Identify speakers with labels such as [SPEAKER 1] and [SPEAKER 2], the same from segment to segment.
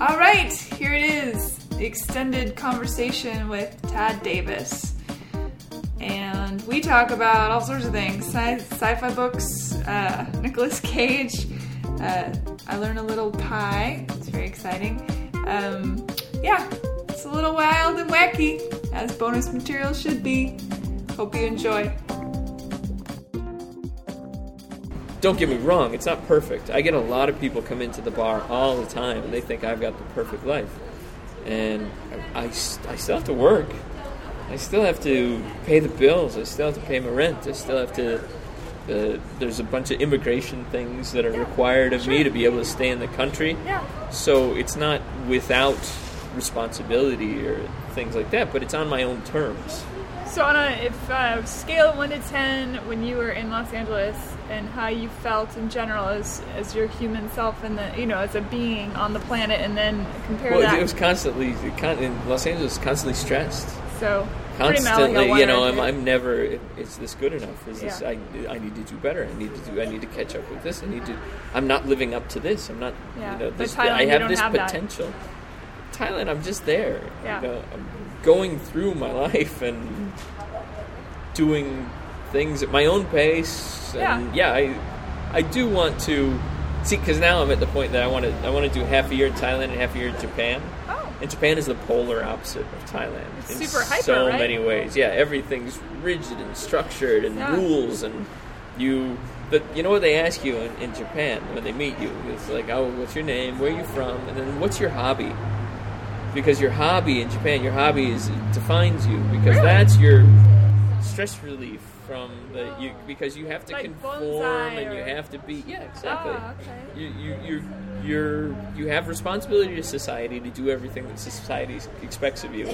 [SPEAKER 1] All right, here it is the extended conversation with Tad Davis. And we talk about all sorts of things sci fi books, uh, Nicolas Cage. Uh, I learn a little pie, it's very exciting. Um, yeah, it's a little wild and wacky, as bonus material should be. Hope you enjoy.
[SPEAKER 2] don't get me wrong, it's not perfect. I get a lot of people come into the bar all the time and they think I've got the perfect life. And I, I, s- I still have to work. I still have to pay the bills. I still have to pay my rent. I still have to. Uh, there's a bunch of immigration things that are required of me to be able to stay in the country.
[SPEAKER 1] Yeah.
[SPEAKER 2] So it's not without responsibility or things like that, but it's on my own terms.
[SPEAKER 3] So on a if uh, scale of one to ten, when you were in Los Angeles and how you felt in general as as your human self and the you know as a being on the planet, and then compare
[SPEAKER 2] Well,
[SPEAKER 3] that.
[SPEAKER 2] it, it was constantly, it con- in Los Angeles, constantly stressed.
[SPEAKER 3] so pretty much like a
[SPEAKER 2] constantly
[SPEAKER 3] one
[SPEAKER 2] you
[SPEAKER 3] or
[SPEAKER 2] know
[SPEAKER 3] a
[SPEAKER 2] I'm,
[SPEAKER 3] two.
[SPEAKER 2] I'm never it- it's this good enough is this
[SPEAKER 3] Yeah.
[SPEAKER 2] I, I need to do better i need to do i need to catch up with this i need to i'm not living up to this i'm not
[SPEAKER 3] Yeah.
[SPEAKER 2] you know
[SPEAKER 3] But
[SPEAKER 2] this
[SPEAKER 3] Thailand,
[SPEAKER 2] i
[SPEAKER 3] you
[SPEAKER 2] have
[SPEAKER 3] don't
[SPEAKER 2] this
[SPEAKER 3] have that.
[SPEAKER 2] potential thailand i'm just there
[SPEAKER 3] Yeah.
[SPEAKER 2] you know i'm going through my life and doing things at my own pace and yeah, i i do want to see because now i'm at the point that i want to i want to do half a year in thailand and half a year in japan
[SPEAKER 3] Oh,
[SPEAKER 2] and Japan is the polar opposite of Thailand
[SPEAKER 3] It's
[SPEAKER 2] in
[SPEAKER 3] super hyper,
[SPEAKER 2] so
[SPEAKER 3] right?
[SPEAKER 2] many ways. Yeah, everything's rigid and structured and
[SPEAKER 3] Yeah.
[SPEAKER 2] rules and you. But you know what they ask you in, in Japan when they meet you? It's like, oh, what's your name? Where are you from? And then what's your hobby? Because your hobby in Japan, your hobby is it defines you because that's your stress relief from the you because you have to
[SPEAKER 3] Like
[SPEAKER 2] conform
[SPEAKER 3] bonsai
[SPEAKER 2] and you
[SPEAKER 3] or-
[SPEAKER 2] have to be yeah exactly
[SPEAKER 3] Ah, okay.
[SPEAKER 2] you you you you're, you have responsibility to society to do everything that society expects of you,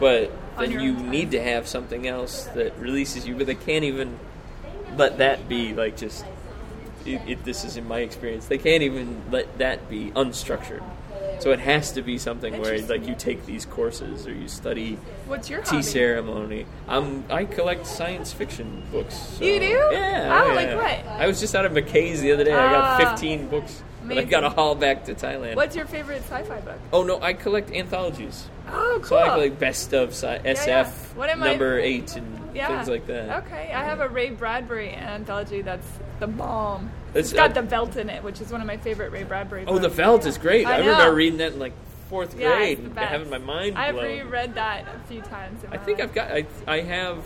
[SPEAKER 2] but
[SPEAKER 3] Uh-huh. On
[SPEAKER 2] then
[SPEAKER 3] your
[SPEAKER 2] you
[SPEAKER 3] own time.
[SPEAKER 2] need to have something else that releases you. But they can't even let that be like just. It, it, this is in my experience. They can't even let that be unstructured. So it has to be something where
[SPEAKER 3] Interesting.
[SPEAKER 2] like you take these courses or you study
[SPEAKER 3] what's your
[SPEAKER 2] tea
[SPEAKER 3] hobby?
[SPEAKER 2] ceremony. Um, I collect science fiction books. so-
[SPEAKER 3] You do?
[SPEAKER 2] Yeah.
[SPEAKER 3] Oh,
[SPEAKER 2] yeah.
[SPEAKER 3] like what?
[SPEAKER 2] I was just out of McKay's the other day. I
[SPEAKER 3] Ah.
[SPEAKER 2] got 15 books that I
[SPEAKER 3] Amazing.
[SPEAKER 2] got to haul back to Thailand.
[SPEAKER 3] What's your favorite sci-fi book?
[SPEAKER 2] Oh no, I collect anthologies.
[SPEAKER 3] Oh, cool.
[SPEAKER 2] So I collect best of sci- SF
[SPEAKER 3] yeah. What am I-
[SPEAKER 2] number eight and
[SPEAKER 3] yeah.
[SPEAKER 2] things like that.
[SPEAKER 3] Okay, I have a Ray Bradbury anthology that's the bomb.
[SPEAKER 2] It's-
[SPEAKER 3] it's got
[SPEAKER 2] uh,
[SPEAKER 3] the belt in it, which is one of my favorite Ray Bradbury.
[SPEAKER 2] Oh, the
[SPEAKER 3] books.
[SPEAKER 2] Veld is great.
[SPEAKER 3] I
[SPEAKER 2] I,
[SPEAKER 3] know.
[SPEAKER 2] remember reading that in like fourth
[SPEAKER 3] Yeah,
[SPEAKER 2] grade
[SPEAKER 3] it's the
[SPEAKER 2] and
[SPEAKER 3] best.
[SPEAKER 2] having my mind blown.
[SPEAKER 3] I've reread that a few times. in
[SPEAKER 2] I
[SPEAKER 3] my
[SPEAKER 2] think
[SPEAKER 3] life.
[SPEAKER 2] I've got. I, I have.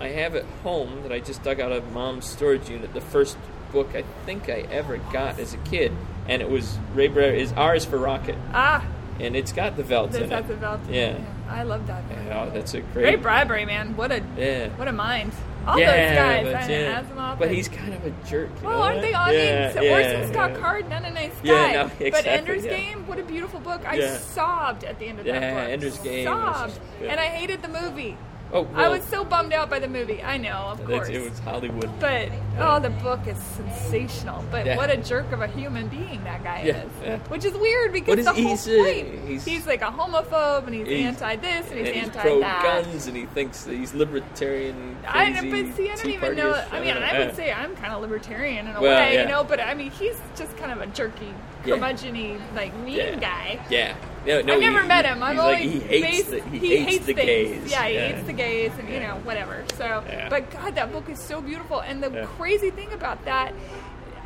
[SPEAKER 2] I have at home that I just dug out of mom's storage unit. The first book I think I ever got as a kid, and it was Ray Bradbury. Is R is for Rocket,
[SPEAKER 3] ah,
[SPEAKER 2] and it's got the Velt
[SPEAKER 3] this
[SPEAKER 2] in
[SPEAKER 3] has
[SPEAKER 2] it.
[SPEAKER 3] the belt. in
[SPEAKER 2] Yeah.
[SPEAKER 3] it. I love that.
[SPEAKER 2] Yeah, Oh, that's a
[SPEAKER 3] Great
[SPEAKER 2] great.
[SPEAKER 3] bribery, man. What a
[SPEAKER 2] Yeah.
[SPEAKER 3] what a mind. All
[SPEAKER 2] yeah,
[SPEAKER 3] those guys,
[SPEAKER 2] but,
[SPEAKER 3] I know,
[SPEAKER 2] yeah.
[SPEAKER 3] Asimov.
[SPEAKER 2] but
[SPEAKER 3] and-
[SPEAKER 2] he's kind of a jerk. You
[SPEAKER 3] Oh,
[SPEAKER 2] know
[SPEAKER 3] aren't
[SPEAKER 2] that?
[SPEAKER 3] they all
[SPEAKER 2] Yeah,
[SPEAKER 3] named?
[SPEAKER 2] yeah,
[SPEAKER 3] Orson Scott
[SPEAKER 2] yeah.
[SPEAKER 3] Card, not a nice guy.
[SPEAKER 2] Yeah, no,
[SPEAKER 3] But
[SPEAKER 2] exactly,
[SPEAKER 3] Ender's
[SPEAKER 2] yeah.
[SPEAKER 3] Game, what a beautiful book. I
[SPEAKER 2] Yeah.
[SPEAKER 3] sobbed at the end of that
[SPEAKER 2] Yeah,
[SPEAKER 3] book.
[SPEAKER 2] Ender's Game was
[SPEAKER 3] Sobbed.
[SPEAKER 2] just- yeah.
[SPEAKER 3] And I hated the movie.
[SPEAKER 2] Oh,
[SPEAKER 3] I
[SPEAKER 2] well,
[SPEAKER 3] was so bummed out by the movie. I know, of
[SPEAKER 2] that's-
[SPEAKER 3] course.
[SPEAKER 2] It was Hollywood.
[SPEAKER 3] But oh, the book is sensational. But
[SPEAKER 2] Yeah.
[SPEAKER 3] what a jerk of a human being that guy
[SPEAKER 2] Yeah,
[SPEAKER 3] is.
[SPEAKER 2] yeah.
[SPEAKER 3] Which is weird because
[SPEAKER 2] What is
[SPEAKER 3] the whole
[SPEAKER 2] he's, uh,
[SPEAKER 3] point
[SPEAKER 2] he's-
[SPEAKER 3] he's, like a homophobe and he's,
[SPEAKER 2] He's-
[SPEAKER 3] anti this and he's
[SPEAKER 2] and he's
[SPEAKER 3] anti
[SPEAKER 2] pro
[SPEAKER 3] that.
[SPEAKER 2] guns, and he thinks that he's libertarian.
[SPEAKER 3] I,
[SPEAKER 2] Crazy,
[SPEAKER 3] but see, I don't
[SPEAKER 2] Tea
[SPEAKER 3] even know.
[SPEAKER 2] Party-ish,
[SPEAKER 3] I mean,
[SPEAKER 2] don't
[SPEAKER 3] I
[SPEAKER 2] know.
[SPEAKER 3] would
[SPEAKER 2] Yeah.
[SPEAKER 3] say I'm kind of libertarian in a
[SPEAKER 2] Well,
[SPEAKER 3] way,
[SPEAKER 2] yeah.
[SPEAKER 3] you know. But I mean, he's just kind of a jerky,
[SPEAKER 2] Yeah.
[SPEAKER 3] curmudgeon-y, like mean
[SPEAKER 2] yeah.
[SPEAKER 3] guy.
[SPEAKER 2] Yeah. No, no,
[SPEAKER 3] I've never
[SPEAKER 2] he-
[SPEAKER 3] met him. I've
[SPEAKER 2] he's like,
[SPEAKER 3] only
[SPEAKER 2] he hates
[SPEAKER 3] based-
[SPEAKER 2] the he,
[SPEAKER 3] he
[SPEAKER 2] hates, the
[SPEAKER 3] things.
[SPEAKER 2] gays.
[SPEAKER 3] Yeah, he hates the gays, and you
[SPEAKER 2] Yeah.
[SPEAKER 3] know whatever. So,
[SPEAKER 2] Yeah.
[SPEAKER 3] but God, that book is so beautiful. And the
[SPEAKER 2] Yeah.
[SPEAKER 3] crazy thing about that,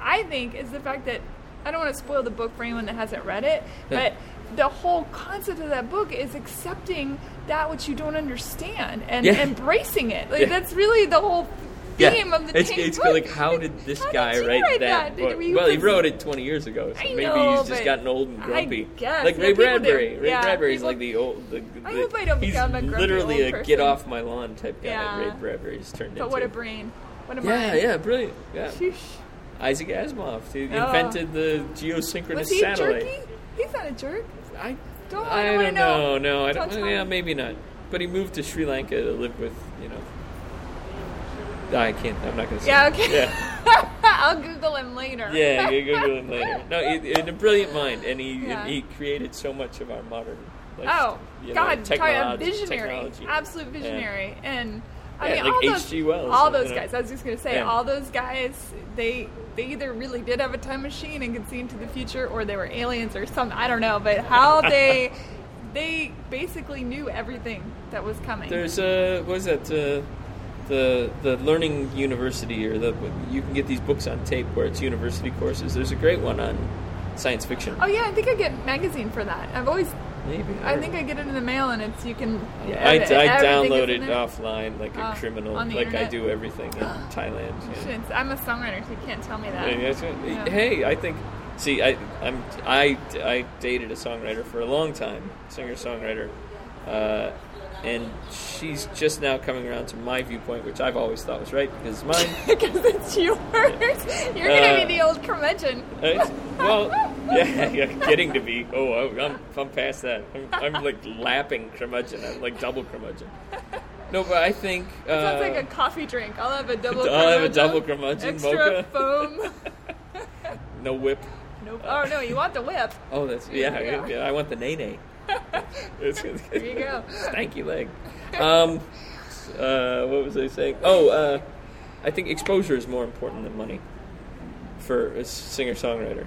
[SPEAKER 3] I think, is the fact that I don't want to spoil the book for anyone that hasn't read it,
[SPEAKER 2] Yeah.
[SPEAKER 3] but the whole concept of that book is accepting that which you don't understand and
[SPEAKER 2] Yeah.
[SPEAKER 3] embracing it. Like
[SPEAKER 2] Yeah.
[SPEAKER 3] that's really the whole
[SPEAKER 2] Yeah.
[SPEAKER 3] theme of the
[SPEAKER 2] it's,
[SPEAKER 3] dang
[SPEAKER 2] it's
[SPEAKER 3] book.
[SPEAKER 2] like how did this
[SPEAKER 3] How
[SPEAKER 2] guy
[SPEAKER 3] did you
[SPEAKER 2] write,
[SPEAKER 3] write
[SPEAKER 2] that?
[SPEAKER 3] that? Did
[SPEAKER 2] book?
[SPEAKER 3] we-
[SPEAKER 2] well, he wrote it 20 years ago, so
[SPEAKER 3] I
[SPEAKER 2] maybe
[SPEAKER 3] know,
[SPEAKER 2] he's just
[SPEAKER 3] but
[SPEAKER 2] gotten old and
[SPEAKER 3] I
[SPEAKER 2] grumpy.
[SPEAKER 3] guess,
[SPEAKER 2] like
[SPEAKER 3] yeah,
[SPEAKER 2] Ray
[SPEAKER 3] people do.
[SPEAKER 2] Bradbury. Ray
[SPEAKER 3] Yeah,
[SPEAKER 2] Bradbury's
[SPEAKER 3] people-
[SPEAKER 2] like the old. The, the,
[SPEAKER 3] I hope I don't
[SPEAKER 2] he's
[SPEAKER 3] become a grumpy
[SPEAKER 2] literally
[SPEAKER 3] old
[SPEAKER 2] a get
[SPEAKER 3] person.
[SPEAKER 2] off my lawn type guy.
[SPEAKER 3] Yeah.
[SPEAKER 2] Ray Bradbury's turned into.
[SPEAKER 3] But what a brain! What a
[SPEAKER 2] Yeah,
[SPEAKER 3] mind.
[SPEAKER 2] yeah, brilliant. Yeah,
[SPEAKER 3] Sheesh.
[SPEAKER 2] Isaac Asimov. He
[SPEAKER 3] Oh.
[SPEAKER 2] invented the geosynchronous
[SPEAKER 3] Was he
[SPEAKER 2] satellite.
[SPEAKER 3] jerky? He's not a jerk.
[SPEAKER 2] I
[SPEAKER 3] Don't- I
[SPEAKER 2] I
[SPEAKER 3] don't wanna
[SPEAKER 2] don't know.
[SPEAKER 3] know.
[SPEAKER 2] No, I
[SPEAKER 3] Don't
[SPEAKER 2] don't.
[SPEAKER 3] tell
[SPEAKER 2] Yeah,
[SPEAKER 3] me.
[SPEAKER 2] maybe not. But he moved to Sri Lanka to live with you know. I can't. I'm not gonna say.
[SPEAKER 3] Yeah,
[SPEAKER 2] it.
[SPEAKER 3] okay.
[SPEAKER 2] Yeah,
[SPEAKER 3] I'll Google him later.
[SPEAKER 2] yeah. You Google him later. No, he, he had a brilliant mind, and he
[SPEAKER 3] Yeah.
[SPEAKER 2] and he created so much of our modern. Like,
[SPEAKER 3] Oh
[SPEAKER 2] you know,
[SPEAKER 3] God, talking about
[SPEAKER 2] technology,
[SPEAKER 3] visionary,
[SPEAKER 2] technology.
[SPEAKER 3] absolute
[SPEAKER 2] Yeah.
[SPEAKER 3] visionary, and I
[SPEAKER 2] Yeah,
[SPEAKER 3] mean,
[SPEAKER 2] like
[SPEAKER 3] all those,
[SPEAKER 2] H.G. Wells,
[SPEAKER 3] all
[SPEAKER 2] you
[SPEAKER 3] those
[SPEAKER 2] know.
[SPEAKER 3] guys. I was just gonna say,
[SPEAKER 2] Yeah.
[SPEAKER 3] all those guys. They they either really did have a time machine and could see into the future, or they were aliens or something. I don't know, but how they they basically knew everything that was coming.
[SPEAKER 2] There's a what is that? Uh, the the learning university or the you can get these books on tape where it's university courses. There's a great one on science fiction.
[SPEAKER 3] oh yeah, I think I get a magazine for that. I've always.
[SPEAKER 2] Maybe
[SPEAKER 3] I think I get it in the mail, and it's you can.
[SPEAKER 2] I, I
[SPEAKER 3] everything is
[SPEAKER 2] download
[SPEAKER 3] in
[SPEAKER 2] it
[SPEAKER 3] there.
[SPEAKER 2] offline like a
[SPEAKER 3] Oh,
[SPEAKER 2] criminal,
[SPEAKER 3] on the
[SPEAKER 2] like I
[SPEAKER 3] internet.
[SPEAKER 2] do everything in Thailand. yeah.
[SPEAKER 3] Shit, I'm a songwriter, so you can't tell me that.
[SPEAKER 2] Yeah, that's right.
[SPEAKER 3] Yeah.
[SPEAKER 2] Hey, I think. See, I I'm I, I dated a songwriter for a long time, singer songwriter, uh, and she's just now coming around to my viewpoint, which I've always thought was right because mine.
[SPEAKER 3] because it's yours. You're gonna
[SPEAKER 2] Uh,
[SPEAKER 3] be the old curmudgeon.
[SPEAKER 2] Right? Well, yeah, yeah, getting to be. Oh, I- I'm, I'm past that. I'm, I'm like lapping curmudgeon. I'm like double curmudgeon. No, but I think. Uh,
[SPEAKER 3] Sounds like a coffee drink. I'll have a double.
[SPEAKER 2] I'll Oh, have a
[SPEAKER 3] curmudgeon,
[SPEAKER 2] double curmudgeon
[SPEAKER 3] Extra
[SPEAKER 2] mocha.
[SPEAKER 3] foam.
[SPEAKER 2] no whip.
[SPEAKER 3] nope. Oh no, you want the whip?
[SPEAKER 2] Oh, that's yeah.
[SPEAKER 3] Yeah.
[SPEAKER 2] yeah. I want the nay
[SPEAKER 3] There you go.
[SPEAKER 2] Stanky leg. Um, uh, what was I saying? Oh, uh, I think exposure is more important than money for a singer songwriter.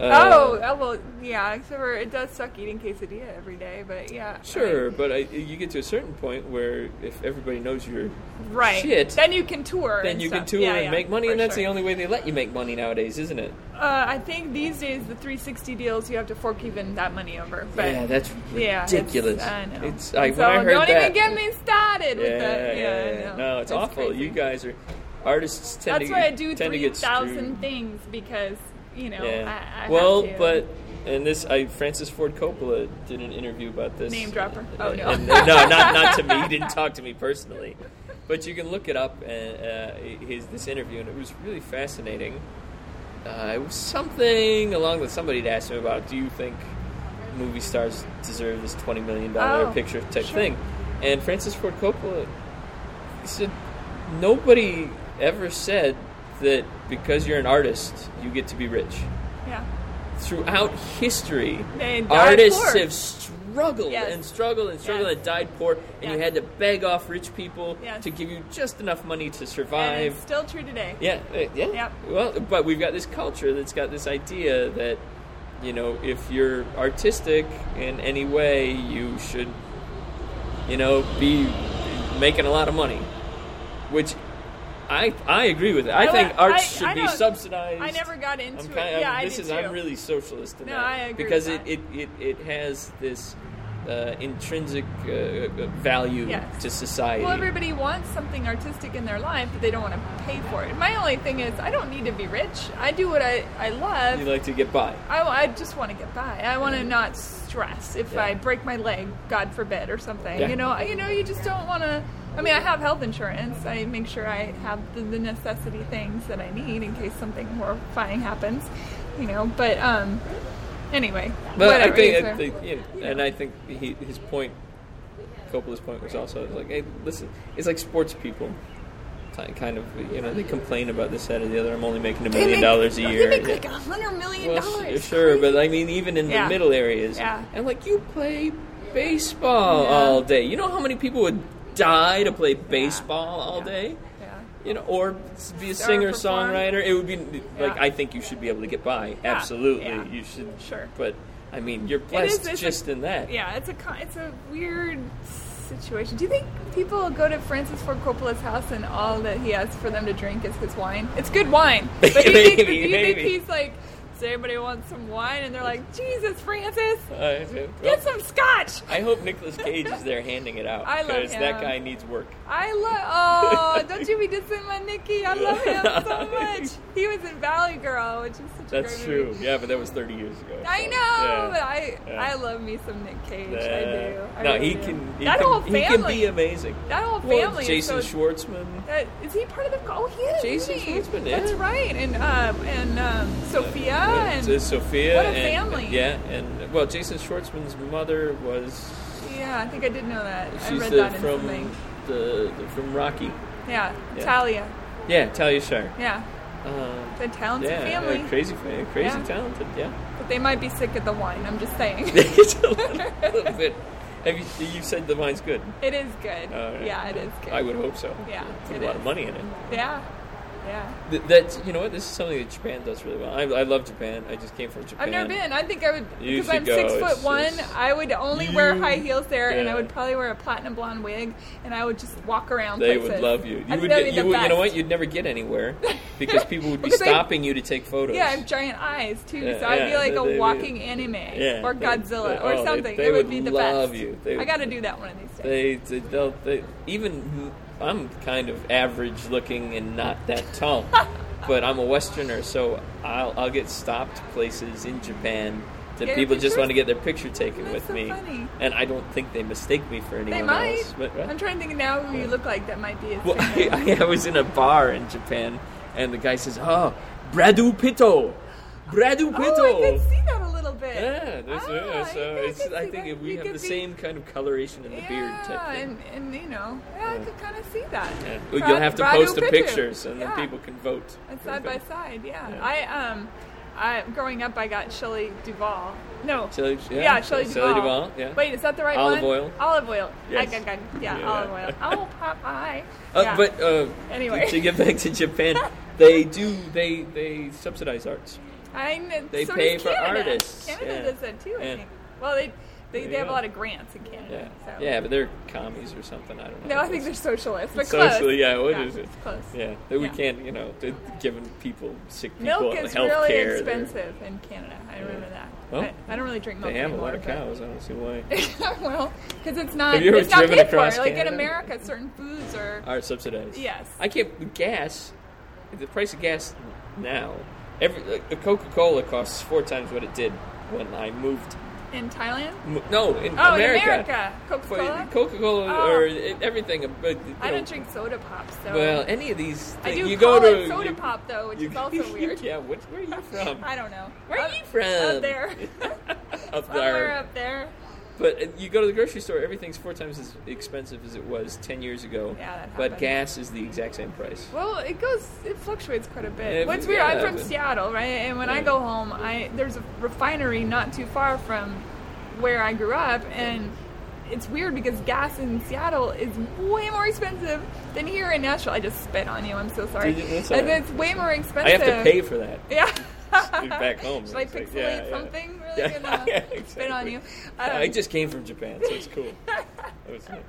[SPEAKER 2] Uh,
[SPEAKER 3] oh, oh well, yeah. Except for it does suck eating quesadilla every day, but yeah. I
[SPEAKER 2] Sure,
[SPEAKER 3] mean,
[SPEAKER 2] but I, you get to a certain point where if everybody knows you're
[SPEAKER 3] right.
[SPEAKER 2] shit.
[SPEAKER 3] Then you can tour.
[SPEAKER 2] then
[SPEAKER 3] and
[SPEAKER 2] you can
[SPEAKER 3] stuff.
[SPEAKER 2] tour
[SPEAKER 3] Yeah,
[SPEAKER 2] and
[SPEAKER 3] yeah,
[SPEAKER 2] make money,
[SPEAKER 3] for
[SPEAKER 2] and that's
[SPEAKER 3] sure.
[SPEAKER 2] the only way they let you make money nowadays, isn't it?
[SPEAKER 3] Uh, I think these days the 360 deals you have to fork even that money over. But
[SPEAKER 2] yeah, that's
[SPEAKER 3] yeah, it's-
[SPEAKER 2] ridiculous.
[SPEAKER 3] I know.
[SPEAKER 2] It's I,
[SPEAKER 3] so
[SPEAKER 2] when I heard
[SPEAKER 3] don't
[SPEAKER 2] that,
[SPEAKER 3] even get me started
[SPEAKER 2] yeah,
[SPEAKER 3] with that.
[SPEAKER 2] yeah,
[SPEAKER 3] Yeah, I
[SPEAKER 2] yeah.
[SPEAKER 3] know.
[SPEAKER 2] no, it's, awful.
[SPEAKER 3] crazy.
[SPEAKER 2] You guys are artists tend
[SPEAKER 3] That's
[SPEAKER 2] to
[SPEAKER 3] why I
[SPEAKER 2] get-
[SPEAKER 3] do
[SPEAKER 2] tend to
[SPEAKER 3] three
[SPEAKER 2] get
[SPEAKER 3] thousand
[SPEAKER 2] screwed.
[SPEAKER 3] things because you know.
[SPEAKER 2] Yeah.
[SPEAKER 3] I, I
[SPEAKER 2] well,
[SPEAKER 3] have to.
[SPEAKER 2] but and this, I Francis Ford Coppola did an interview about this.
[SPEAKER 3] Name dropper.
[SPEAKER 2] And-
[SPEAKER 3] Oh, no.
[SPEAKER 2] and- no, not not to me. He didn't talk to me personally, but you can look it up and uh, his this interview, and it was really fascinating. Uh, it was something along that somebody had asked him about. Do you think movie stars deserve this twenty million dollar
[SPEAKER 3] Oh,
[SPEAKER 2] picture type
[SPEAKER 3] sure.
[SPEAKER 2] thing? And Francis Ford Coppola he said, nobody ever said that because you're an artist, you get to be rich
[SPEAKER 3] yeah,
[SPEAKER 2] throughout history,
[SPEAKER 3] They died
[SPEAKER 2] artists
[SPEAKER 3] poor.
[SPEAKER 2] have struggled
[SPEAKER 3] Yes.
[SPEAKER 2] and struggled and struggled
[SPEAKER 3] Yes.
[SPEAKER 2] and died poor, and you
[SPEAKER 3] Yes.
[SPEAKER 2] had to beg off rich people
[SPEAKER 3] Yes.
[SPEAKER 2] to give you just enough money to
[SPEAKER 3] and
[SPEAKER 2] survive.
[SPEAKER 3] it's still true today.
[SPEAKER 2] Yeah, uh, yeah.
[SPEAKER 3] Yep.
[SPEAKER 2] Well, but we've got this culture that's got this idea that, you know, if you're artistic in any way, you should, you know, be making a lot of money, which. I, I agree with it. I,
[SPEAKER 3] I
[SPEAKER 2] think
[SPEAKER 3] wa-
[SPEAKER 2] art
[SPEAKER 3] I-
[SPEAKER 2] should
[SPEAKER 3] I
[SPEAKER 2] be
[SPEAKER 3] don't-
[SPEAKER 2] subsidized.
[SPEAKER 3] I never got into
[SPEAKER 2] I'm
[SPEAKER 3] it.
[SPEAKER 2] kind of,
[SPEAKER 3] yeah,
[SPEAKER 2] this
[SPEAKER 3] I did
[SPEAKER 2] is
[SPEAKER 3] too.
[SPEAKER 2] I'm really socialist in
[SPEAKER 3] No,
[SPEAKER 2] that
[SPEAKER 3] I agree
[SPEAKER 2] because
[SPEAKER 3] with
[SPEAKER 2] it, It, it it has this uh, intrinsic uh, uh, value
[SPEAKER 3] Yes.
[SPEAKER 2] to society.
[SPEAKER 3] Well, everybody wants something artistic in their life, but they don't want to pay for it. My only thing is, I don't need to be rich. I do what I, I love.
[SPEAKER 2] you like to get by.
[SPEAKER 3] I, I just want to get by. I want to not stress if
[SPEAKER 2] Mm-hmm. Yeah.
[SPEAKER 3] I break my leg, God forbid, or something.
[SPEAKER 2] Yeah.
[SPEAKER 3] You know, you know, you just don't want to. I mean, I have health insurance. I make sure I have the, the necessity things that I need in case something horrifying happens. You know, but um, anyway.
[SPEAKER 2] But I
[SPEAKER 3] whatever,
[SPEAKER 2] think,
[SPEAKER 3] so-
[SPEAKER 2] I think you know, and I think he, his point, Coppola's point was also like, hey, listen, it's like sports people. ki- Kind of, you know, they complain about this, that, or the other. I'm only making a
[SPEAKER 3] They
[SPEAKER 2] million
[SPEAKER 3] make-
[SPEAKER 2] dollars a
[SPEAKER 3] they
[SPEAKER 2] year.
[SPEAKER 3] make
[SPEAKER 2] Yeah.
[SPEAKER 3] like a hundred million
[SPEAKER 2] Well,
[SPEAKER 3] dollars.
[SPEAKER 2] sh- sure, but I mean, even in
[SPEAKER 3] Yeah.
[SPEAKER 2] the middle areas,
[SPEAKER 3] Yeah.
[SPEAKER 2] and like you play baseball
[SPEAKER 3] Yeah.
[SPEAKER 2] all day. You know how many people would die to play baseball all day?
[SPEAKER 3] Yeah.
[SPEAKER 2] You know, or s- be a
[SPEAKER 3] Or
[SPEAKER 2] singer
[SPEAKER 3] perform.
[SPEAKER 2] songwriter. It would be like
[SPEAKER 3] Yeah.
[SPEAKER 2] I think you should be able to get by. Absolutely,
[SPEAKER 3] Yeah.
[SPEAKER 2] you should.
[SPEAKER 3] Sure.
[SPEAKER 2] but I mean, you're
[SPEAKER 3] is-
[SPEAKER 2] blessed
[SPEAKER 3] it's a-
[SPEAKER 2] just in that.
[SPEAKER 3] Yeah, it's a con- it's a weird situation. Do you think people go to Francis Ford Coppola's house and all that he has for them to drink is his wine? It's good wine, but do you, think, do
[SPEAKER 2] Maybe,
[SPEAKER 3] you think
[SPEAKER 2] maybe.
[SPEAKER 3] he's like, does anybody want some wine? And they're like, Jesus, Francis,
[SPEAKER 2] Uh, well,
[SPEAKER 3] get some scotch.
[SPEAKER 2] I hope Nicolas Cage is there handing it out
[SPEAKER 3] I love
[SPEAKER 2] because that
[SPEAKER 3] him.
[SPEAKER 2] guy needs work.
[SPEAKER 3] I love. Oh, don't you be dissing my Nikki? I love him so much. He was in Valley Girl, which is such a
[SPEAKER 2] That's
[SPEAKER 3] great
[SPEAKER 2] true.
[SPEAKER 3] Movie.
[SPEAKER 2] Yeah, but that was 30 years ago.
[SPEAKER 3] I
[SPEAKER 2] so,
[SPEAKER 3] know,
[SPEAKER 2] yeah.
[SPEAKER 3] but I
[SPEAKER 2] Yeah.
[SPEAKER 3] I love me some Nick Cage. I do.
[SPEAKER 2] Uh,
[SPEAKER 3] I
[SPEAKER 2] no,
[SPEAKER 3] really
[SPEAKER 2] he
[SPEAKER 3] do.
[SPEAKER 2] can. He
[SPEAKER 3] that
[SPEAKER 2] can,
[SPEAKER 3] whole
[SPEAKER 2] he
[SPEAKER 3] family.
[SPEAKER 2] can be amazing.
[SPEAKER 3] That whole
[SPEAKER 2] Well,
[SPEAKER 3] family. is
[SPEAKER 2] Jason
[SPEAKER 3] so-
[SPEAKER 2] Schwartzman.
[SPEAKER 3] That, Uh, is he part of the? Oh, he is.
[SPEAKER 2] Jason
[SPEAKER 3] isn't he?
[SPEAKER 2] Schwartzman, yeah.
[SPEAKER 3] That's right. And um, and um, Sophia
[SPEAKER 2] Uh,
[SPEAKER 3] and
[SPEAKER 2] uh, Sophia.
[SPEAKER 3] what a
[SPEAKER 2] and,
[SPEAKER 3] family.
[SPEAKER 2] Yeah, and well, Jason Schwartzman's mother was.
[SPEAKER 3] yeah, I think I did know that. I
[SPEAKER 2] She's
[SPEAKER 3] read
[SPEAKER 2] the,
[SPEAKER 3] that in
[SPEAKER 2] from
[SPEAKER 3] something.
[SPEAKER 2] the, the from Rocky.
[SPEAKER 3] Yeah,
[SPEAKER 2] Yeah.
[SPEAKER 3] Talia.
[SPEAKER 2] Yeah, Talia Shire.
[SPEAKER 3] Yeah,
[SPEAKER 2] Um,
[SPEAKER 3] the talented
[SPEAKER 2] yeah, uh,
[SPEAKER 3] family.
[SPEAKER 2] crazy, fa- crazy
[SPEAKER 3] Yeah.
[SPEAKER 2] talented. Yeah,
[SPEAKER 3] But they might be sick of the wine. I'm just saying.
[SPEAKER 2] it's a little, little bit. Have you, you said the wine's good?
[SPEAKER 3] It is good.
[SPEAKER 2] All right.
[SPEAKER 3] Yeah, it is good.
[SPEAKER 2] Oh, I would hope so.
[SPEAKER 3] Yeah,
[SPEAKER 2] Put
[SPEAKER 3] it
[SPEAKER 2] a lot
[SPEAKER 3] is.
[SPEAKER 2] of money in it.
[SPEAKER 3] Yeah, yeah.
[SPEAKER 2] Th- that's you know what this is something that Japan does really well. I, I love Japan. I just came from Japan.
[SPEAKER 3] I've never been. I think I would
[SPEAKER 2] You
[SPEAKER 3] because
[SPEAKER 2] should
[SPEAKER 3] I'm six
[SPEAKER 2] go.
[SPEAKER 3] foot
[SPEAKER 2] It's-
[SPEAKER 3] one.
[SPEAKER 2] it's-
[SPEAKER 3] I would only wear
[SPEAKER 2] You-
[SPEAKER 3] high heels there, and I
[SPEAKER 2] yeah.
[SPEAKER 3] would probably wear a platinum blonde wig, and I would just walk around.
[SPEAKER 2] They
[SPEAKER 3] places.
[SPEAKER 2] would love you.
[SPEAKER 3] I
[SPEAKER 2] You
[SPEAKER 3] think
[SPEAKER 2] would
[SPEAKER 3] that'd
[SPEAKER 2] get
[SPEAKER 3] be
[SPEAKER 2] you,
[SPEAKER 3] the
[SPEAKER 2] would- you know
[SPEAKER 3] best.
[SPEAKER 2] what? You'd never get anywhere because people would be
[SPEAKER 3] Because I-
[SPEAKER 2] stopping you to take photos.
[SPEAKER 3] Yeah, I have giant eyes too,
[SPEAKER 2] Yeah,
[SPEAKER 3] so I'd be
[SPEAKER 2] yeah,
[SPEAKER 3] like
[SPEAKER 2] they-
[SPEAKER 3] a
[SPEAKER 2] they-
[SPEAKER 3] walking anime
[SPEAKER 2] yeah,
[SPEAKER 3] or
[SPEAKER 2] they-
[SPEAKER 3] Godzilla
[SPEAKER 2] they-
[SPEAKER 3] or
[SPEAKER 2] oh, they-
[SPEAKER 3] something.
[SPEAKER 2] they
[SPEAKER 3] it would
[SPEAKER 2] would
[SPEAKER 3] be the
[SPEAKER 2] love
[SPEAKER 3] best.
[SPEAKER 2] you. They
[SPEAKER 3] I
[SPEAKER 2] would-
[SPEAKER 3] got to do that one of these days.
[SPEAKER 2] They, they, they'll, they, even I'm kind of average looking and not that tall, but I'm a Westerner, so I'll, I'll get stopped places in Japan that
[SPEAKER 3] Get
[SPEAKER 2] people just
[SPEAKER 3] pictures?
[SPEAKER 2] want to get their picture taken
[SPEAKER 3] That's
[SPEAKER 2] with
[SPEAKER 3] so
[SPEAKER 2] me,
[SPEAKER 3] funny.
[SPEAKER 2] and I don't think they mistake me for anyone
[SPEAKER 3] They might.
[SPEAKER 2] else. But,
[SPEAKER 3] I'm trying to think now who you look like that might be. A
[SPEAKER 2] Oh, well,
[SPEAKER 3] singer.
[SPEAKER 2] I, I was in a bar in Japan, and the guy says, "Oh, Bradu Pito, Bradu Pito."
[SPEAKER 3] oh, I could see that a little bit.
[SPEAKER 2] Yeah, that's
[SPEAKER 3] Ah,
[SPEAKER 2] yeah, so
[SPEAKER 3] I,
[SPEAKER 2] it's,
[SPEAKER 3] could
[SPEAKER 2] I
[SPEAKER 3] see
[SPEAKER 2] think
[SPEAKER 3] that.
[SPEAKER 2] if we
[SPEAKER 3] You
[SPEAKER 2] have the
[SPEAKER 3] could be-
[SPEAKER 2] same kind of coloration in the
[SPEAKER 3] yeah,
[SPEAKER 2] beard type thing.
[SPEAKER 3] And, and you know, yeah, I
[SPEAKER 2] Yeah.
[SPEAKER 3] could kind of see that.
[SPEAKER 2] Yeah. Well,
[SPEAKER 3] Rad-
[SPEAKER 2] You'll have to
[SPEAKER 3] radu
[SPEAKER 2] post the
[SPEAKER 3] picture.
[SPEAKER 2] pictures, and
[SPEAKER 3] Yeah.
[SPEAKER 2] then people can vote.
[SPEAKER 3] And
[SPEAKER 2] for
[SPEAKER 3] side by
[SPEAKER 2] them.
[SPEAKER 3] side, yeah.
[SPEAKER 2] Yeah.
[SPEAKER 3] I um, I growing up, I got Shelley Duvall. No,
[SPEAKER 2] Shelley- yeah,
[SPEAKER 3] Shelley
[SPEAKER 2] Shelley
[SPEAKER 3] Duvall.
[SPEAKER 2] Duvall, yeah.
[SPEAKER 3] Wait, is that the right
[SPEAKER 2] Olive
[SPEAKER 3] one?
[SPEAKER 2] oil.
[SPEAKER 3] Olive oil.
[SPEAKER 2] Yes.
[SPEAKER 3] I, got yeah,
[SPEAKER 2] Yeah.
[SPEAKER 3] olive oil. Oh, Popeye.
[SPEAKER 2] Uh,
[SPEAKER 3] yeah.
[SPEAKER 2] But uh,
[SPEAKER 3] Anyway.
[SPEAKER 2] to get back to Japan, they do they they subsidize arts.
[SPEAKER 3] I kn-
[SPEAKER 2] they
[SPEAKER 3] so
[SPEAKER 2] pay
[SPEAKER 3] does
[SPEAKER 2] for
[SPEAKER 3] Canada.
[SPEAKER 2] artists,
[SPEAKER 3] Canada
[SPEAKER 2] yeah.
[SPEAKER 3] does that too, I
[SPEAKER 2] Yeah.
[SPEAKER 3] think. Well, they they,
[SPEAKER 2] There
[SPEAKER 3] they
[SPEAKER 2] you
[SPEAKER 3] have a
[SPEAKER 2] go.
[SPEAKER 3] lot of grants in
[SPEAKER 2] Yeah,
[SPEAKER 3] Canada. So.
[SPEAKER 2] yeah, but they're commies or something. I don't know.
[SPEAKER 3] No, I think they're socialists, but close.
[SPEAKER 2] socially. Yeah, what
[SPEAKER 3] yeah,
[SPEAKER 2] is it?
[SPEAKER 3] it's Close.
[SPEAKER 2] Yeah, that we
[SPEAKER 3] Yeah.
[SPEAKER 2] can't. You know, they're giving people sick people
[SPEAKER 3] Milk is
[SPEAKER 2] health
[SPEAKER 3] really
[SPEAKER 2] care.
[SPEAKER 3] expensive in Canada. I remember that.
[SPEAKER 2] Well,
[SPEAKER 3] I, I don't really drink milk
[SPEAKER 2] They have a
[SPEAKER 3] anymore.
[SPEAKER 2] lot of
[SPEAKER 3] but-
[SPEAKER 2] cows. I don't see why.
[SPEAKER 3] well, because it's not.
[SPEAKER 2] Have you ever
[SPEAKER 3] it's not
[SPEAKER 2] driven
[SPEAKER 3] paid for.
[SPEAKER 2] across
[SPEAKER 3] Like in
[SPEAKER 2] Canada? Uh,
[SPEAKER 3] America, certain foods are.
[SPEAKER 2] Are subsidized?
[SPEAKER 3] Yes.
[SPEAKER 2] I can't. Gas, the price of gas now. Every like, the Coca Cola costs four times what it did when I moved.
[SPEAKER 3] in Thailand.
[SPEAKER 2] mo- No, in
[SPEAKER 3] Oh,
[SPEAKER 2] America.
[SPEAKER 3] in America, Coca-Cola.
[SPEAKER 2] Coca Cola
[SPEAKER 3] Oh.
[SPEAKER 2] or everything. But, you
[SPEAKER 3] I
[SPEAKER 2] know,
[SPEAKER 3] don't drink soda pop, so
[SPEAKER 2] Well, any of these.
[SPEAKER 3] I
[SPEAKER 2] thi-
[SPEAKER 3] do
[SPEAKER 2] you
[SPEAKER 3] call
[SPEAKER 2] go to
[SPEAKER 3] it soda
[SPEAKER 2] you-
[SPEAKER 3] pop though, which
[SPEAKER 2] you-
[SPEAKER 3] is also weird.
[SPEAKER 2] yeah, which, where are you from?
[SPEAKER 3] I don't know.
[SPEAKER 2] Where are
[SPEAKER 3] Up-
[SPEAKER 2] you from?
[SPEAKER 3] Up there.
[SPEAKER 2] up
[SPEAKER 3] Somewhere
[SPEAKER 2] there.
[SPEAKER 3] up there.
[SPEAKER 2] But uh, you go to the grocery store, everything's four times as expensive as it was ten years ago.
[SPEAKER 3] Yeah, that
[SPEAKER 2] but
[SPEAKER 3] happens.
[SPEAKER 2] gas is the exact same price.
[SPEAKER 3] Well, it goes, it fluctuates quite a bit.
[SPEAKER 2] Yeah,
[SPEAKER 3] What's
[SPEAKER 2] but-
[SPEAKER 3] weird, I'm
[SPEAKER 2] yeah,
[SPEAKER 3] from
[SPEAKER 2] but-
[SPEAKER 3] Seattle, right? And when I
[SPEAKER 2] Yeah.
[SPEAKER 3] go home, I there's a refinery not too far from where I grew up, and it's weird because gas in Seattle is way more expensive than here in Nashville. I just spit on you. I'm so sorry.
[SPEAKER 2] Did you- that's all
[SPEAKER 3] And
[SPEAKER 2] right.
[SPEAKER 3] it's way more
[SPEAKER 2] I
[SPEAKER 3] expensive.
[SPEAKER 2] have to pay for that.
[SPEAKER 3] Yeah.
[SPEAKER 2] back home.
[SPEAKER 3] Should I
[SPEAKER 2] It's like,
[SPEAKER 3] pixelate
[SPEAKER 2] yeah, yeah.
[SPEAKER 3] something really
[SPEAKER 2] Yeah,
[SPEAKER 3] gonna
[SPEAKER 2] yeah,
[SPEAKER 3] spit on
[SPEAKER 2] exactly.
[SPEAKER 3] you? Um,
[SPEAKER 2] I just came from Japan, so it's cool. That was it.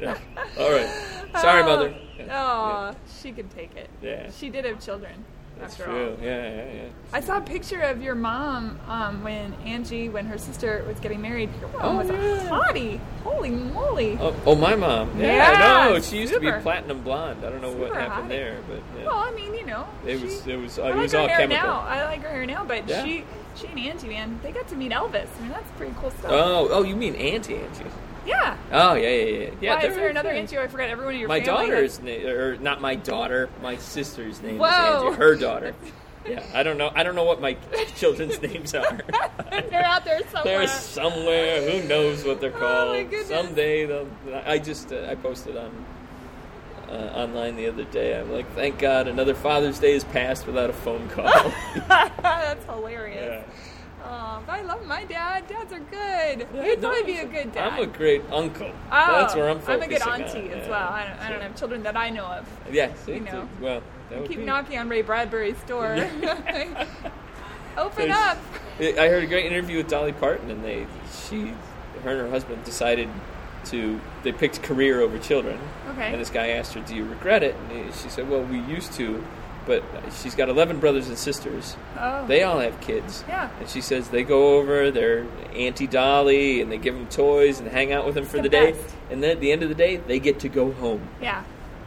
[SPEAKER 2] Yeah. All right. Sorry,
[SPEAKER 3] oh,
[SPEAKER 2] mother.
[SPEAKER 3] Oh,
[SPEAKER 2] Yeah.
[SPEAKER 3] she could take it.
[SPEAKER 2] Yeah.
[SPEAKER 3] She did have children.
[SPEAKER 2] That's
[SPEAKER 3] after all.
[SPEAKER 2] true. Yeah, yeah, yeah.
[SPEAKER 3] I saw a picture of your mom um, when Angie, when her sister was getting married. Your mom
[SPEAKER 2] Oh,
[SPEAKER 3] was a
[SPEAKER 2] yeah.
[SPEAKER 3] hottie. Holy moly.
[SPEAKER 2] Oh, oh my mom. Yeah,
[SPEAKER 3] Yeah,
[SPEAKER 2] I know. She used to
[SPEAKER 3] super.
[SPEAKER 2] be platinum blonde. I don't know what
[SPEAKER 3] Super
[SPEAKER 2] happened
[SPEAKER 3] hot.
[SPEAKER 2] there, but yeah.
[SPEAKER 3] Well, I mean, you know.
[SPEAKER 2] it
[SPEAKER 3] she-
[SPEAKER 2] was it was uh,
[SPEAKER 3] I
[SPEAKER 2] it
[SPEAKER 3] like
[SPEAKER 2] was
[SPEAKER 3] her
[SPEAKER 2] all
[SPEAKER 3] hair
[SPEAKER 2] chemical.
[SPEAKER 3] now. I like her hair now, but
[SPEAKER 2] Yeah.
[SPEAKER 3] she she and Angie, man, they got to meet Elvis. I mean, that's pretty cool stuff.
[SPEAKER 2] Oh, oh, you mean Auntie Angie?
[SPEAKER 3] yeah.
[SPEAKER 2] Oh, yeah, yeah, yeah. yeah
[SPEAKER 3] Why, is
[SPEAKER 2] they're-
[SPEAKER 3] there another Angie? I forgot everyone in your
[SPEAKER 2] My
[SPEAKER 3] family.
[SPEAKER 2] daughter's name, or not my daughter, my sister's name
[SPEAKER 3] Whoa.
[SPEAKER 2] is Angie. Her daughter. yeah, I don't know. I don't know what my children's names are.
[SPEAKER 3] They're out there somewhere.
[SPEAKER 2] They're somewhere. Who knows what they're
[SPEAKER 3] Oh,
[SPEAKER 2] called?
[SPEAKER 3] my goodness.
[SPEAKER 2] Someday they'll. I just uh, I posted on uh, online the other day. I'm like, thank God, another Father's Day has passed without a phone call.
[SPEAKER 3] that's hilarious.
[SPEAKER 2] yeah.
[SPEAKER 3] Oh, but I love my dad. Dads are good.
[SPEAKER 2] Yeah,
[SPEAKER 3] You'd probably
[SPEAKER 2] no,
[SPEAKER 3] be a good dad.
[SPEAKER 2] I'm a great uncle.
[SPEAKER 3] Oh,
[SPEAKER 2] That's where I'm
[SPEAKER 3] I'm a
[SPEAKER 2] focusing
[SPEAKER 3] good auntie
[SPEAKER 2] on,
[SPEAKER 3] as
[SPEAKER 2] yeah.
[SPEAKER 3] well. I don't, I don't
[SPEAKER 2] So-
[SPEAKER 3] have children that I know of.
[SPEAKER 2] Yeah,
[SPEAKER 3] you
[SPEAKER 2] you
[SPEAKER 3] know.
[SPEAKER 2] well, that would
[SPEAKER 3] Keep
[SPEAKER 2] be-
[SPEAKER 3] knocking on Ray Bradbury's door.
[SPEAKER 2] Yeah.
[SPEAKER 3] Open
[SPEAKER 2] There's-
[SPEAKER 3] up.
[SPEAKER 2] I heard a great interview with Dolly Parton, and they, she, her and her husband decided to they picked career over children.
[SPEAKER 3] Okay.
[SPEAKER 2] And this guy asked her, "Do you regret it?" And she said, "Well, we used to, but she's got eleven brothers and sisters.
[SPEAKER 3] Oh.
[SPEAKER 2] They all have kids.
[SPEAKER 3] Yeah.
[SPEAKER 2] And she says they go over, they're Auntie Dolly, and they give them toys and hang out with them for
[SPEAKER 3] the
[SPEAKER 2] the, day.
[SPEAKER 3] best.
[SPEAKER 2] And then at the end of the day, they get to go home.
[SPEAKER 3] yeah.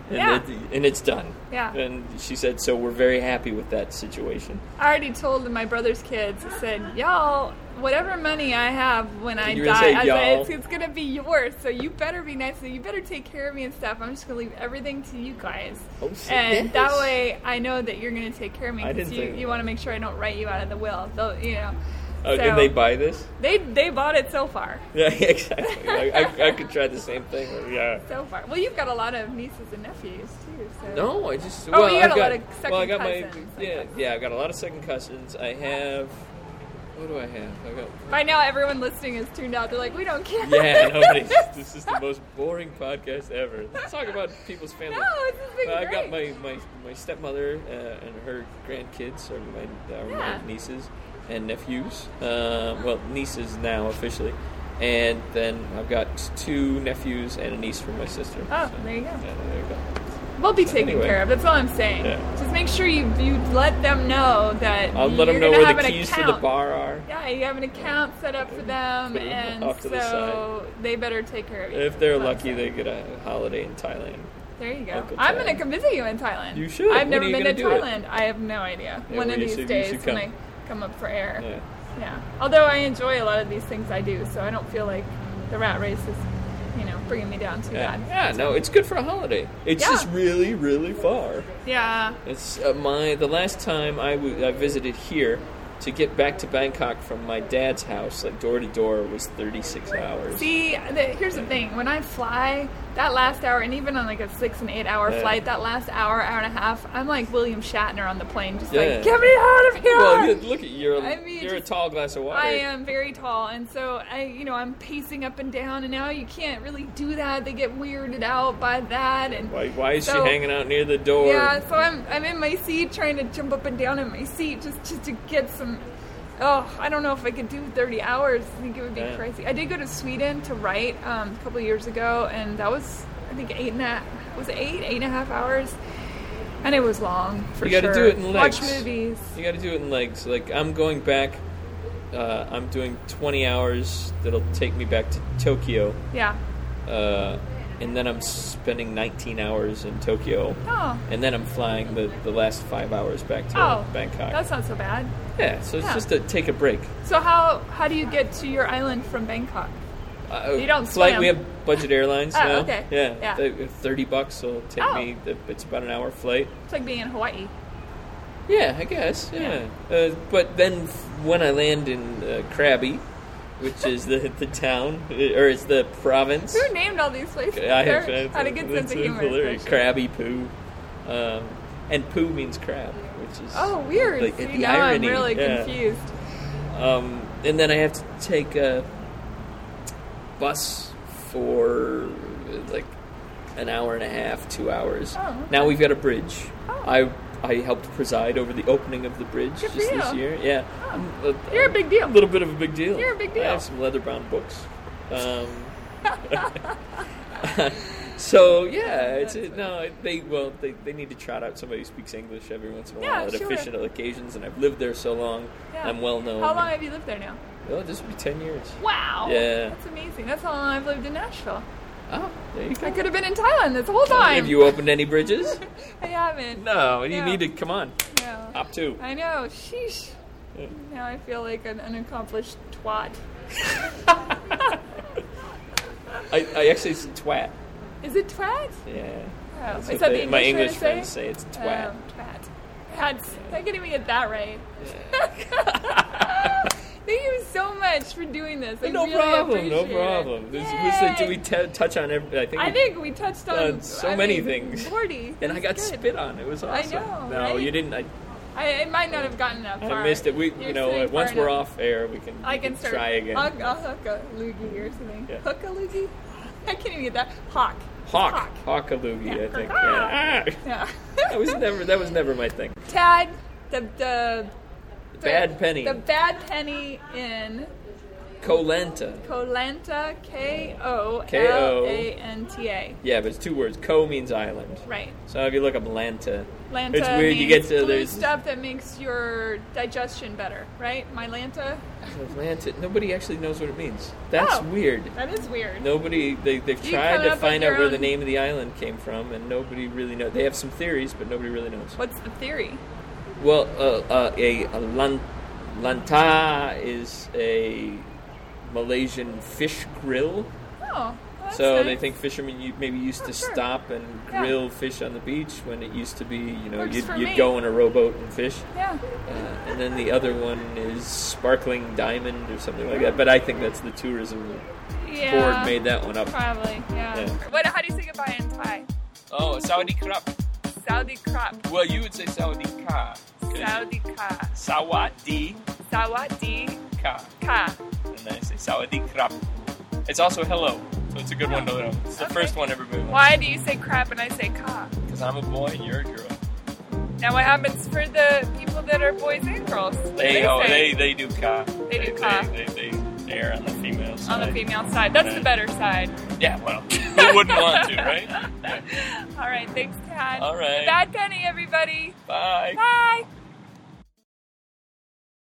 [SPEAKER 2] And,
[SPEAKER 3] Yeah.
[SPEAKER 2] it, and it's done.
[SPEAKER 3] Yeah.
[SPEAKER 2] And she said, so we're very happy with that situation.
[SPEAKER 3] I already told my brother's kids, I said, y'all, whatever money I have when I
[SPEAKER 2] You were
[SPEAKER 3] die,
[SPEAKER 2] gonna say
[SPEAKER 3] I
[SPEAKER 2] y'all.
[SPEAKER 3] said, it's, it's going to be yours. So you better be nice. So you better take care of me and stuff. I'm just going to leave everything to you guys.
[SPEAKER 2] Oh, so
[SPEAKER 3] and that
[SPEAKER 2] nice.
[SPEAKER 3] way I know that you're going to take care of me
[SPEAKER 2] I
[SPEAKER 3] because
[SPEAKER 2] didn't
[SPEAKER 3] you,
[SPEAKER 2] think-
[SPEAKER 3] you want to make sure I don't write you out of the will. So, you know.
[SPEAKER 2] Oh,
[SPEAKER 3] so
[SPEAKER 2] and they buy this?
[SPEAKER 3] they, they bought it so far.
[SPEAKER 2] Yeah, exactly. I, I, I could try the same thing. but yeah.
[SPEAKER 3] So far. Well, you've got a lot of nieces and nephews, too. So.
[SPEAKER 2] No, I just.
[SPEAKER 3] Oh,
[SPEAKER 2] well,
[SPEAKER 3] you got
[SPEAKER 2] I've
[SPEAKER 3] a
[SPEAKER 2] got,
[SPEAKER 3] lot of second
[SPEAKER 2] well, I got
[SPEAKER 3] cousins and
[SPEAKER 2] my. Yeah,
[SPEAKER 3] cousins.
[SPEAKER 2] yeah, I got a lot of second cousins. I have What do I have? I got.
[SPEAKER 3] By now, everyone listening is tuned out. They're like, we don't care.
[SPEAKER 2] Yeah, nobody's, this is the most boring podcast ever. Let's talk about people's family.
[SPEAKER 3] No, this has been
[SPEAKER 2] I've got my,
[SPEAKER 3] great.
[SPEAKER 2] my, my stepmother uh, and her grandkids, or my, are
[SPEAKER 3] Yeah.
[SPEAKER 2] my nieces and nephews. Uh, well, nieces now officially. And then I've got two nephews and a niece from my sister.
[SPEAKER 3] Oh, there you go.
[SPEAKER 2] Yeah, there you go.
[SPEAKER 3] We'll be taken
[SPEAKER 2] Anyway.
[SPEAKER 3] care of. That's all I'm saying.
[SPEAKER 2] Yeah.
[SPEAKER 3] Just make sure you, you let them know that
[SPEAKER 2] I'll let them
[SPEAKER 3] you're
[SPEAKER 2] know
[SPEAKER 3] gonna
[SPEAKER 2] where
[SPEAKER 3] have
[SPEAKER 2] the
[SPEAKER 3] an
[SPEAKER 2] keys
[SPEAKER 3] account.
[SPEAKER 2] to the bar are.
[SPEAKER 3] Yeah, you have an account set up for them,
[SPEAKER 2] Put it
[SPEAKER 3] and
[SPEAKER 2] off to the
[SPEAKER 3] so they better take care of you.
[SPEAKER 2] If they're
[SPEAKER 3] So-
[SPEAKER 2] lucky, they get a holiday in Thailand.
[SPEAKER 3] There you go.
[SPEAKER 2] Uncle
[SPEAKER 3] I'm
[SPEAKER 2] Thailand.
[SPEAKER 3] gonna come visit you in Thailand.
[SPEAKER 2] You should.
[SPEAKER 3] I've
[SPEAKER 2] When
[SPEAKER 3] never
[SPEAKER 2] are you
[SPEAKER 3] been to
[SPEAKER 2] gonna do it?
[SPEAKER 3] Thailand. I have no idea.
[SPEAKER 2] Yeah,
[SPEAKER 3] One
[SPEAKER 2] well,
[SPEAKER 3] of
[SPEAKER 2] you
[SPEAKER 3] these
[SPEAKER 2] should- you
[SPEAKER 3] days
[SPEAKER 2] should
[SPEAKER 3] when
[SPEAKER 2] come.
[SPEAKER 3] I come up for air.
[SPEAKER 2] Yeah.
[SPEAKER 3] Yeah. Although I enjoy a lot of these things I do, so I don't feel like the rat race is, you know, bringing me down too
[SPEAKER 2] Yeah.
[SPEAKER 3] bad.
[SPEAKER 2] yeah, no, it's good for a holiday. It's
[SPEAKER 3] Yeah.
[SPEAKER 2] just really, really far.
[SPEAKER 3] Yeah.
[SPEAKER 2] It's uh, my the last time I w- I visited here to get back to Bangkok from my dad's house, like door to door, was 36 hours.
[SPEAKER 3] See, the, here's the thing. When I fly, that last hour, and even on like a six and eight hour
[SPEAKER 2] Yeah.
[SPEAKER 3] flight, that last hour, hour and a half, I'm like William Shatner on the plane, just
[SPEAKER 2] Yeah.
[SPEAKER 3] like, get me out of here!
[SPEAKER 2] Well, you- look at you're
[SPEAKER 3] I mean,
[SPEAKER 2] you're a
[SPEAKER 3] just-
[SPEAKER 2] tall glass of water.
[SPEAKER 3] I am very tall, and so I, you know, I'm pacing up and down, and now you can't really do that. They get weirded out by that, and
[SPEAKER 2] Why, why is
[SPEAKER 3] So-
[SPEAKER 2] she hanging out near the door?
[SPEAKER 3] yeah, so I'm I'm in my seat trying to jump up and down in my seat just just to get some. Oh, I don't know if I could do 30 hours. I think it would be
[SPEAKER 2] Yeah.
[SPEAKER 3] crazy. I did go to Sweden to write um, a couple years ago, and that was I think eight and a was it eight eight and a half hours, and it was long for
[SPEAKER 2] You gotta
[SPEAKER 3] sure.
[SPEAKER 2] do it in legs.
[SPEAKER 3] Watch movies.
[SPEAKER 2] You got to do it in legs. Like I'm going back. Uh, I'm doing 20 hours. That'll take me back to Tokyo,
[SPEAKER 3] Yeah.
[SPEAKER 2] uh, and then I'm spending 19 hours in Tokyo,
[SPEAKER 3] Oh.
[SPEAKER 2] and then I'm flying the, the last five hours back to
[SPEAKER 3] Oh,
[SPEAKER 2] Bangkok.
[SPEAKER 3] That's not so bad.
[SPEAKER 2] yeah, so it's
[SPEAKER 3] yeah.
[SPEAKER 2] just to take a break.
[SPEAKER 3] So how how do you get to your island from Bangkok?
[SPEAKER 2] Uh,
[SPEAKER 3] You don't
[SPEAKER 2] flight.
[SPEAKER 3] swim.
[SPEAKER 2] We have budget airlines
[SPEAKER 3] Oh,
[SPEAKER 2] now.
[SPEAKER 3] okay.
[SPEAKER 2] Yeah,
[SPEAKER 3] Yeah.
[SPEAKER 2] They- thirty bucks will take
[SPEAKER 3] Oh.
[SPEAKER 2] me. It's about an hour flight.
[SPEAKER 3] It's like being in Hawaii.
[SPEAKER 2] Yeah, I guess. Yeah, Uh, but then f- when I land in uh, Krabi, which is the the town uh, or it's the province.
[SPEAKER 3] Who named all these places?
[SPEAKER 2] I have
[SPEAKER 3] They're- had a good sense of humor. especially.
[SPEAKER 2] Crabby poo, um, and poo means crab, which is
[SPEAKER 3] Oh, weird.
[SPEAKER 2] Like,
[SPEAKER 3] See,
[SPEAKER 2] the
[SPEAKER 3] now
[SPEAKER 2] irony,
[SPEAKER 3] I'm really
[SPEAKER 2] yeah.
[SPEAKER 3] confused.
[SPEAKER 2] Um, and then I have to take a bus for uh, like an hour and a half, two hours.
[SPEAKER 3] Oh, okay.
[SPEAKER 2] Now we've got a bridge.
[SPEAKER 3] Oh.
[SPEAKER 2] I I helped preside over the opening of the bridge
[SPEAKER 3] Good for
[SPEAKER 2] just this
[SPEAKER 3] you.
[SPEAKER 2] year. Yeah,
[SPEAKER 3] Oh.
[SPEAKER 2] I'm a-
[SPEAKER 3] You're a big deal.
[SPEAKER 2] A little bit of a big deal.
[SPEAKER 3] You're a big
[SPEAKER 2] I
[SPEAKER 3] deal.
[SPEAKER 2] have some leather-bound books. Um, so yeah, it's it, no. They well, they, they need to trot out somebody who speaks English every once in a
[SPEAKER 3] Yeah,
[SPEAKER 2] while at
[SPEAKER 3] sure.
[SPEAKER 2] official occasions. And I've lived there so long,
[SPEAKER 3] Yeah.
[SPEAKER 2] I'm well known.
[SPEAKER 3] How long have you lived there now?
[SPEAKER 2] Oh, this would be ten years.
[SPEAKER 3] Wow.
[SPEAKER 2] Yeah.
[SPEAKER 3] That's amazing. That's how long I've lived in Nashville.
[SPEAKER 2] Oh, there you go.
[SPEAKER 3] I could have been in Thailand this whole time.
[SPEAKER 2] Have you opened any bridges?
[SPEAKER 3] I haven't.
[SPEAKER 2] no, you
[SPEAKER 3] No.
[SPEAKER 2] need to come on.
[SPEAKER 3] No.
[SPEAKER 2] Up two.
[SPEAKER 3] I know. Sheesh.
[SPEAKER 2] Yeah.
[SPEAKER 3] Now I feel like an unaccomplished twat.
[SPEAKER 2] I, I actually it's twat.
[SPEAKER 3] Is it twat?
[SPEAKER 2] Yeah.
[SPEAKER 3] Oh,
[SPEAKER 2] That's
[SPEAKER 3] is
[SPEAKER 2] what
[SPEAKER 3] that
[SPEAKER 2] they-
[SPEAKER 3] the English
[SPEAKER 2] my
[SPEAKER 3] way to
[SPEAKER 2] English
[SPEAKER 3] say?
[SPEAKER 2] friends say it's
[SPEAKER 3] Oh,
[SPEAKER 2] twat.
[SPEAKER 3] twat. That's, I can't even get that right. Thank you so much for doing this. I
[SPEAKER 2] no
[SPEAKER 3] really
[SPEAKER 2] problem. No
[SPEAKER 3] appreciate it.
[SPEAKER 2] problem. This- was the-
[SPEAKER 3] Yay!
[SPEAKER 2] do we t- touch on every? I think.
[SPEAKER 3] I
[SPEAKER 2] we-
[SPEAKER 3] think we touched on
[SPEAKER 2] Done so
[SPEAKER 3] I
[SPEAKER 2] many
[SPEAKER 3] mean,
[SPEAKER 2] things.
[SPEAKER 3] Forty.
[SPEAKER 2] and I got
[SPEAKER 3] That's good.
[SPEAKER 2] spit on. It was
[SPEAKER 3] I
[SPEAKER 2] awesome.
[SPEAKER 3] know,
[SPEAKER 2] no,
[SPEAKER 3] right?
[SPEAKER 2] you didn't. I,
[SPEAKER 3] I, I might not have gotten that far.
[SPEAKER 2] I missed it. We,
[SPEAKER 3] You're
[SPEAKER 2] you know,
[SPEAKER 3] sitting
[SPEAKER 2] once
[SPEAKER 3] far
[SPEAKER 2] we're
[SPEAKER 3] enough.
[SPEAKER 2] off air, we can.
[SPEAKER 3] I
[SPEAKER 2] we
[SPEAKER 3] can start.
[SPEAKER 2] try again.
[SPEAKER 3] I'll, I'll hook a loogie or something.
[SPEAKER 2] Yeah.
[SPEAKER 3] Hook a loogie. I can't even get that. Hawk.
[SPEAKER 2] Hawk,
[SPEAKER 3] Hawk.
[SPEAKER 2] hawk, a loogie. I think. Yeah.
[SPEAKER 3] Yeah.
[SPEAKER 2] Ah.
[SPEAKER 3] Yeah.
[SPEAKER 2] that was never. That was never my thing.
[SPEAKER 3] Tad. The the. the-
[SPEAKER 2] Bad penny.
[SPEAKER 3] The bad penny in
[SPEAKER 2] Colenta.
[SPEAKER 3] Colanta, K O
[SPEAKER 2] K O.
[SPEAKER 3] L A N T A.
[SPEAKER 2] Yeah, but it's two words. Co means island.
[SPEAKER 3] Right.
[SPEAKER 2] So if you look up Lanta,
[SPEAKER 3] Lanta
[SPEAKER 2] it's weird.
[SPEAKER 3] means
[SPEAKER 2] You get to
[SPEAKER 3] blue
[SPEAKER 2] there's
[SPEAKER 3] stuff that makes your digestion better, right? My Lanta.
[SPEAKER 2] Lanta. Nobody actually knows what it means. That's
[SPEAKER 3] Oh.
[SPEAKER 2] weird.
[SPEAKER 3] That is weird.
[SPEAKER 2] Nobody they they've
[SPEAKER 3] You
[SPEAKER 2] tried
[SPEAKER 3] come up
[SPEAKER 2] to
[SPEAKER 3] with
[SPEAKER 2] find out
[SPEAKER 3] your
[SPEAKER 2] where the
[SPEAKER 3] own-
[SPEAKER 2] name of the island came from, and nobody really knows. They have some theories, but nobody really knows.
[SPEAKER 3] What's the theory?
[SPEAKER 2] Well, uh, uh, a, a lan, lanta is a Malaysian fish grill.
[SPEAKER 3] Oh, that's
[SPEAKER 2] so
[SPEAKER 3] nice.
[SPEAKER 2] they think fishermen u- maybe used
[SPEAKER 3] Oh,
[SPEAKER 2] to
[SPEAKER 3] sure.
[SPEAKER 2] stop and
[SPEAKER 3] Yeah.
[SPEAKER 2] grill fish on the beach when it used to be, you know,
[SPEAKER 3] Works
[SPEAKER 2] you'd,
[SPEAKER 3] for
[SPEAKER 2] you'd
[SPEAKER 3] me.
[SPEAKER 2] go in a rowboat and fish.
[SPEAKER 3] Yeah.
[SPEAKER 2] Uh, and then the other one is sparkling diamond or something like that. But I think that's the tourism
[SPEAKER 3] Yeah.
[SPEAKER 2] board made that one up.
[SPEAKER 3] Probably. Yeah.
[SPEAKER 2] Yeah.
[SPEAKER 3] What? How do you say goodbye in Thai?
[SPEAKER 2] Oh, Saudi crop.
[SPEAKER 3] Saudi crop.
[SPEAKER 2] Well, you would say Saudi ka.
[SPEAKER 3] Saudi ka.
[SPEAKER 2] Sawadi
[SPEAKER 3] Sawadee
[SPEAKER 2] Ka.
[SPEAKER 3] ka.
[SPEAKER 2] And then I say Sawadee Krap. It's also hello, so it's a good one to learn. It's the
[SPEAKER 3] Okay.
[SPEAKER 2] first one everybody learns.
[SPEAKER 3] Why do you say crap and I say ka?
[SPEAKER 2] Because I'm a boy and you're a girl.
[SPEAKER 3] Now what happens for the people that are boys and girls? What do
[SPEAKER 2] They oh,
[SPEAKER 3] say
[SPEAKER 2] they they do Ka.
[SPEAKER 3] They do ka.
[SPEAKER 2] They, they, they, are on the female
[SPEAKER 3] on
[SPEAKER 2] side.
[SPEAKER 3] the female side. That's the better side.
[SPEAKER 2] Yeah, well, who wouldn't want to, right?
[SPEAKER 3] All right, thanks, Tad.
[SPEAKER 2] All right.
[SPEAKER 3] Bad Penny, everybody.
[SPEAKER 2] Bye.
[SPEAKER 3] Bye.